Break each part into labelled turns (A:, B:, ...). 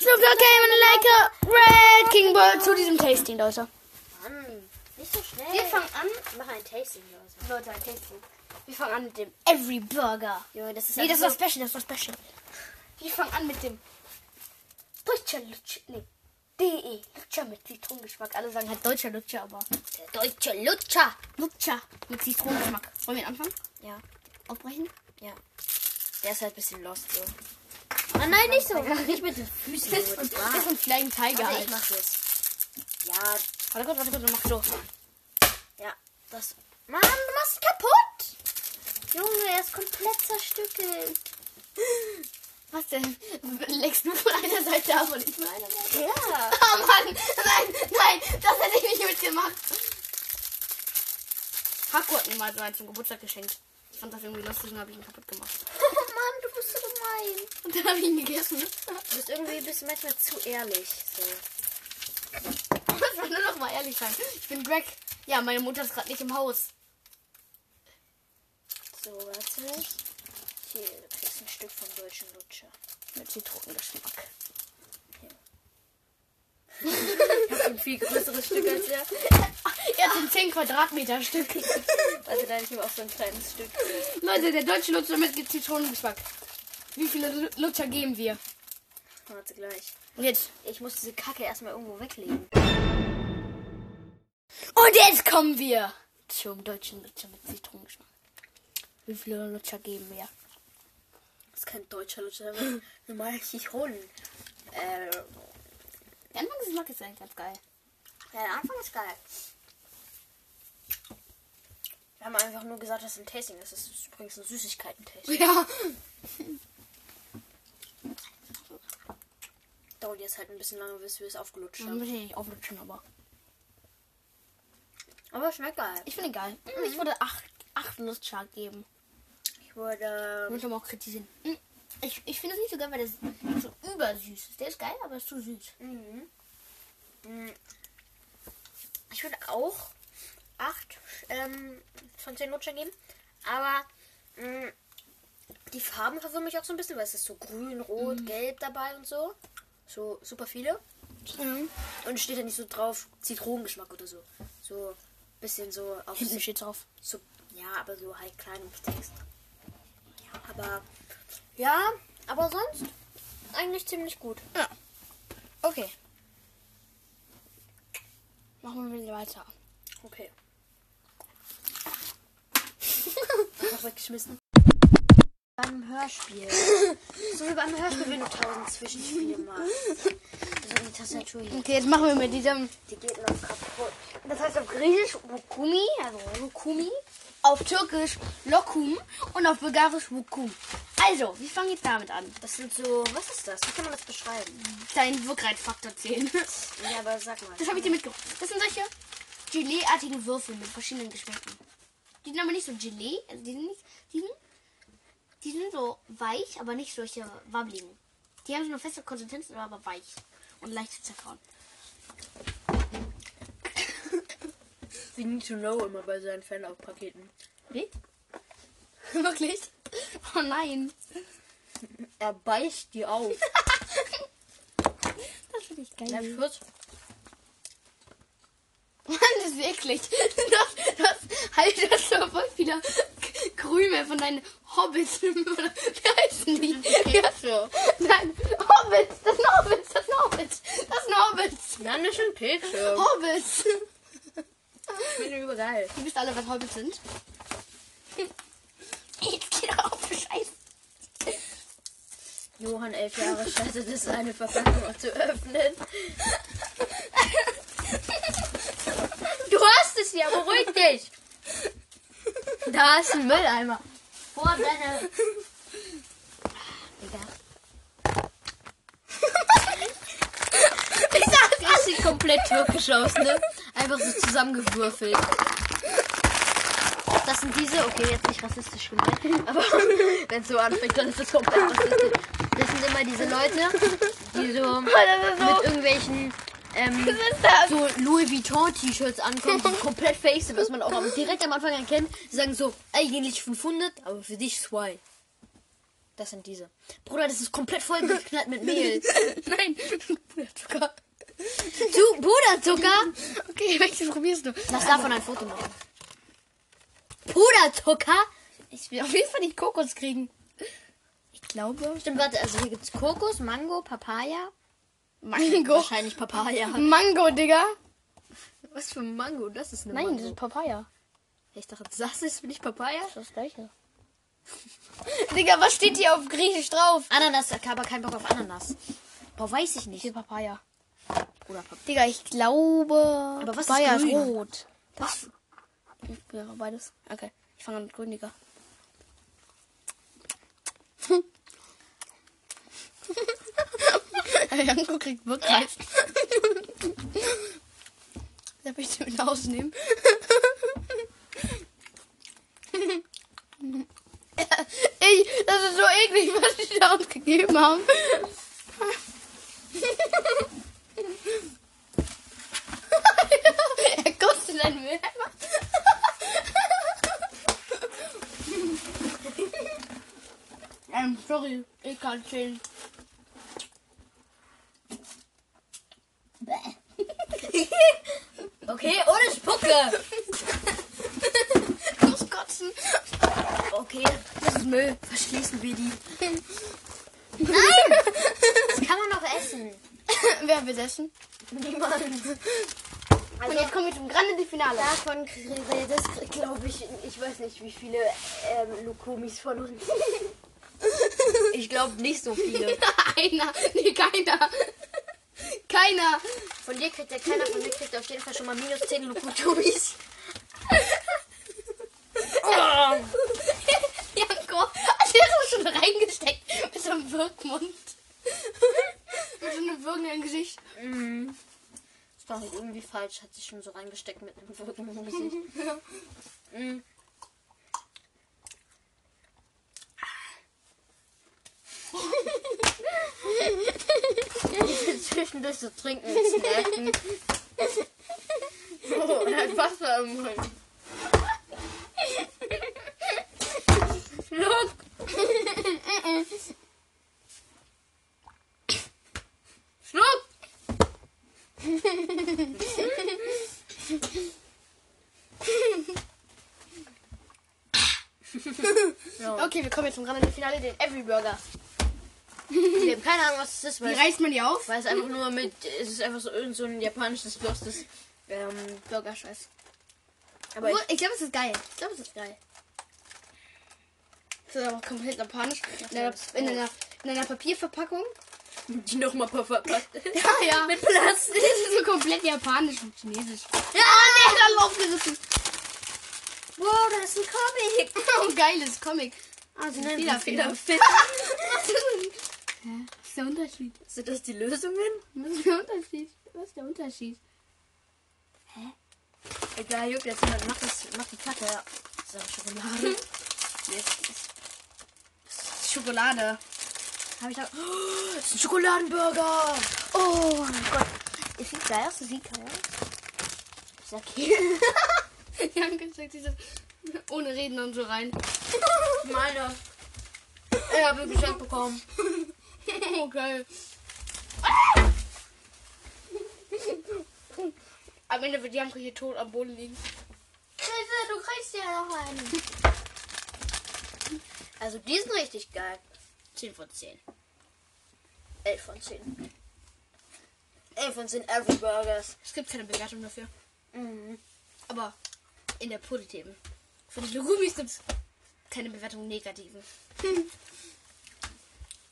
A: Okay, man like a wrecking ball zu diesem Tasting, Leute.
B: Mann, nicht so schnell.
C: Wir fangen an.
B: Mach ein Tasting draus.
C: Leute, ein Tasting. Wir fangen an mit dem Every Burger.
B: Junge, das ist halt
C: Nee, das war
B: einfach
C: Special, das war Special. Wir fangen an mit dem Deutscher Lutscher. Nee. DE. Lutscher mit Zitronengeschmack. Alle sagen halt deutscher Lutscher, aber.
B: der deutsche Lutscher.
C: Lutscher mit Zitronengeschmack. Wollen wir anfangen?
B: Ja,
C: Aufbrechen?
B: ja. Der ist halt ein bisschen lost so.
A: Ah, nein, nicht so.
B: Nicht mit den Füßen. so.
C: Und das ist ein Flying Tiger.
B: Warte, ich
C: Halt.
B: mach das. Ja,
C: Warte kurz, warte kurz, mach so.
B: ja. Das.
A: Mann, du machst ihn kaputt.
B: Junge, er ist komplett zerstückelt.
C: Was denn? Leckst du von einer Seite ab und ich von einer Seite?
B: Ja.
C: Oh Mann! Nein, nein, das hätte ich nicht mitgemacht. Haku hat mir mal so einen zum Geburtstag geschenkt. Ich fand das irgendwie lustig und habe ich ihn kaputt gemacht.
B: Mann, du bist so gemein.
C: Und dann habe ich ihn gegessen.
B: Du bist irgendwie bist du manchmal zu ehrlich. So.
C: Ich muss nur noch mal ehrlich sein. Ich bin Greg. Ja, meine Mutter ist gerade nicht im Haus.
B: So, warte. Hier, du kriegst ein Stück vom deutschen Lutscher.
C: Mit Zitrosengeschmack. ich habe ein viel größeres Stück als er. Er hat ein 10 Quadratmeter Stück.
B: Also da habe ich mir auch so ein kleines Stück.
C: Leute, der deutsche Lutscher mit Zitronengeschmack. Wie viele Lu- Lutscher geben wir?
B: Warte gleich.
C: Und jetzt
B: Ich muss diese Kacke erstmal irgendwo weglegen.
C: Und jetzt kommen wir zum deutschen Lutscher mit Zitronengeschmack. Wie viele Lutscher geben wir?
B: Das ist kein deutscher Lutscher, das ist normal Chichon. Äh,
C: Der Anfangsgeschmack ist eigentlich ganz geil.
B: ja, der Anfang ist geil. Wir haben einfach nur gesagt, dass es ein Tasting ist. Das ist übrigens ein Süßigkeiten-Tasting.
C: Ja.
B: Dauert jetzt halt ein bisschen lange, bis wir es aufgelutscht
C: Dann
B: haben.
C: muss ich nicht auflutschen, aber.
B: Aber schmeckt geil.
C: Ich finde geil. Mm, Ich würde acht, acht Lutscher geben.
B: Ich würde... ähm,
C: Ich muss aber auch kritisieren. Mm, Ich, ich finde es nicht so geil, weil der ist so übersüß ist. Der ist geil, aber ist zu süß.
B: Mhm. Mhm. Ich würde auch 8 ähm, von 10 Lutscher geben. Aber mh, die Farben verwirren mich auch so ein bisschen, weil es ist so grün, rot,
C: Mhm.
B: gelb dabei und so. So super viele.
C: Mhm.
B: Und steht ja nicht so drauf Zitronengeschmack oder so. So ein bisschen so auf
C: Hinten steht drauf.
B: so, ja, aber so halt klein im Text. Ja, aber ja, aber sonst eigentlich ziemlich gut.
C: Ja. Okay. Machen wir wieder weiter.
B: Okay. Einfach weggeschmissen. Beim Hörspiel. So wie beim Hörspiel, wenn du tausend Zwischenspiele machst. So die Tastatur hier.
C: Okay, jetzt machen wir mit diesem
B: Die geht noch kaputt.
C: Das heißt auf Griechisch Wukumi, also Wukumi, auf Türkisch Lokum und auf Bulgarisch Wukum. Also, wir fangen jetzt damit an.
B: Das sind so, was ist das? Wie kann man das beschreiben?
C: Deinen Wirkreizfaktor 10. Das
B: Ja, aber sag mal.
C: habe ich dir mitgebracht. Das sind solche Gelee-artigen Würfel mit verschiedenen Geschmäcken. Die sind aber nicht so Gelee, also die sind nicht, die sind, die sind so weich, aber nicht solche wabbligen. Die haben so eine feste Konsistenz, sind aber weich und leicht zu zerkauen.
B: Wie Need to Know immer bei seinen Fan-Paketen.
C: Wie? Wirklich? Oh nein.
B: Er beißt die auf.
C: Das finde ich geil.
B: Na, Schuss.
C: Mann, das ist wirklich. Das, das halt das so voll viele K- Krüme von deinen Hobbits. oder Wie heißen die? Ja, so. Nein, Hobbits, das sind Hobbits, das sind Hobbits. Das sind Hobbits.
B: Nein, das sind Pilze.
C: Hobbits.
B: Ich bin übergeil.
C: Ihr wisst alle, was Hobbits sind. Jetzt geht er auf, Scheiße.
B: Johann, elf Jahre, scheiße, das ist eine Verpackung mal zu öffnen. Du hast es ja, beruhig dich.
C: Da ist ein Mülleimer.
B: Vor deine...
C: Ich sag,
B: Das sieht komplett türkisch aus, ne? Einfach so zusammengewürfelt. Das sind diese, okay, jetzt nicht rassistisch gemeint, aber wenn es so anfängt, dann ist es komplett rassistisch. Das sind immer diese Leute, die so
C: Oh,
B: mit irgendwelchen ähm,
C: was ist das?
B: so Louis Vuitton T-Shirts ankommen, die komplett fake sind, was man auch am, direkt am Anfang erkennt. Die sagen so, eigentlich 500, aber für dich 2. Das sind diese. Bruder, das ist komplett vollgeknallt mit Mehl.
C: Nein, Puderzucker.
B: Du, Puderzucker?
C: Okay, welches probierst du?
B: Lass davon ein Foto machen. Puderzucker?
C: Ich will auf jeden Fall nicht Kokos kriegen. Ich glaube.
B: Stimmt, warte, also hier gibt's Kokos, Mango, Papaya.
C: Mango.
B: Wahrscheinlich Papaya.
C: Mango, Digga.
B: Was für ein Mango? Das ist eine
C: Nein, das
B: Mango.
C: ist Papaya.
B: Ich dachte, das ist nicht Papaya.
C: Das ist das gleiche. Digga, was steht hier auf Griechisch drauf?
B: Ananas, ich habe aber keinen Bock auf Ananas. Boah, weiß ich
C: Hier
B: nicht.
C: Papaya.
B: Bruder, Pap-
C: Digga, ich glaube.
B: Aber was ist
C: Papaya ist
B: grün?
C: rot. Was?
B: Ah!
C: Ja, beides. Okay. Ich fange an mit grün, Digga. Janko kriegt Wirkreif. Darf ich den rausnehmen? Ey, das ist so eklig, was ich da uns gegeben haben. er kostet ein Müll. ähm, sorry, ich kann chillen.
B: Okay, ohne Spucke.
C: Ich muss kotzen.
B: Okay,
C: Das ist Müll.
B: verschließen wir die. Das kann man noch essen.
C: Wer will essen?
B: Niemand.
D: Und jetzt kommen wir zum Grande Finale.
B: Also Davon kriege das glaube ich, ich weiß nicht, wie viele ähm, Lukumis von uns. Ich glaube nicht so viele.
C: Einer. Nee, keiner. Keiner.
B: Von dir kriegt ja keiner, von mir kriegt auf jeden Fall schon mal minus 10 Lukumis.
C: Janko, hat er das Also, schon reingesteckt mit so einem Wirkmund? mit so einem Wirken im Gesicht.
B: Mhm. Das war halt irgendwie falsch, hat sich schon so reingesteckt mit einem Wirken im Gesicht. Mm. Ich will zwischendurch so trinken und snacken. Oh, und halt Wasser im Mund. Schluck! Schluck!
D: Okay, wir kommen jetzt zum Grande Finale, den Every Burger.
B: Ich habe keine Ahnung, was das ist,
C: Wie
B: weil,
C: reißt man die auf?
B: weil es einfach nur mit. Es ist einfach so irgend so ein japanisches Würstes. Ähm,
C: Burgerscheiß.
B: aber ich,
C: ich glaube, es ist geil. Ich glaube, es ist geil. Das ist aber komplett japanisch. In einer, in einer, in einer Papierverpackung.
B: die nochmal verpackt ist.
C: Ja, ja. Mit Plastik. Das ist so komplett japanisch und chinesisch. Ja, nee, dann aufgerissen.
B: Wow, das ist ein Comic!
C: Oh, geiles Comic. Ah, so ein
B: Nein,
C: Fehler,
B: Fehler,
C: Fehler.
B: Fehler.
C: Hä? Was ist der Unterschied?
B: Sind das die Lösungen?
C: Was ist der Unterschied? Was ist der Unterschied?
B: Egal, juckt jetzt jemand. Mach, das, mach die Kacke. So, Schokolade.
C: Schokolade.
B: Hab ich da. Oh, das ist ein Schokoladenburger!
C: Oh.
B: Ist sieht geil aus, das sieht geil aus. Ich sag hier.
C: Janke steckt dieses ohne Reden und so rein.
B: Meine. Ich habe geschenkt bekommen.
C: Oh, geil. Am Ende wird Janko hier tot am Boden liegen.
D: Hilfe, du kriegst ja noch einen.
B: Also die sind richtig geil. 10 von 10. 11 von 10. 11 von 10 Every Burgers. Mhm.
C: Es gibt keine Bewertung dafür. Aber in der positiven. Für die Lugumis gibt es keine Bewertung negativen.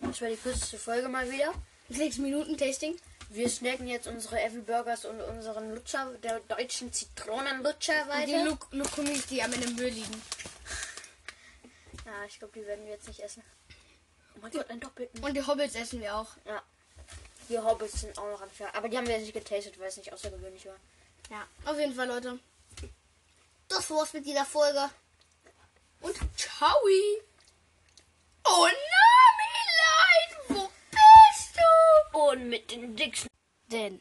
B: Das war die kürzeste Folge mal wieder.
C: Sechs Minuten Tasting.
B: Wir snacken jetzt unsere Every Burgers und unseren Lutscher, der deutschen Zitronenlutscher
C: Die
B: weiter.
C: Lug- Lugumis, die am Ende im Müll liegen.
B: Ja, ich glaube, die werden wir jetzt nicht essen. Oh mein Gott, ein Doppelten.
C: Und die Hobbits essen wir auch.
B: Ja. Die Hobbits sind auch noch am Start. Aber die haben wir jetzt nicht getastet, weil es nicht außergewöhnlich war.
C: Ja. Auf jeden Fall, Leute.
D: Das war's mit dieser Folge.
C: Und ciao. Oh, Nami, Leid, wo bist du?
B: Und mit den dicksten.
C: Denn.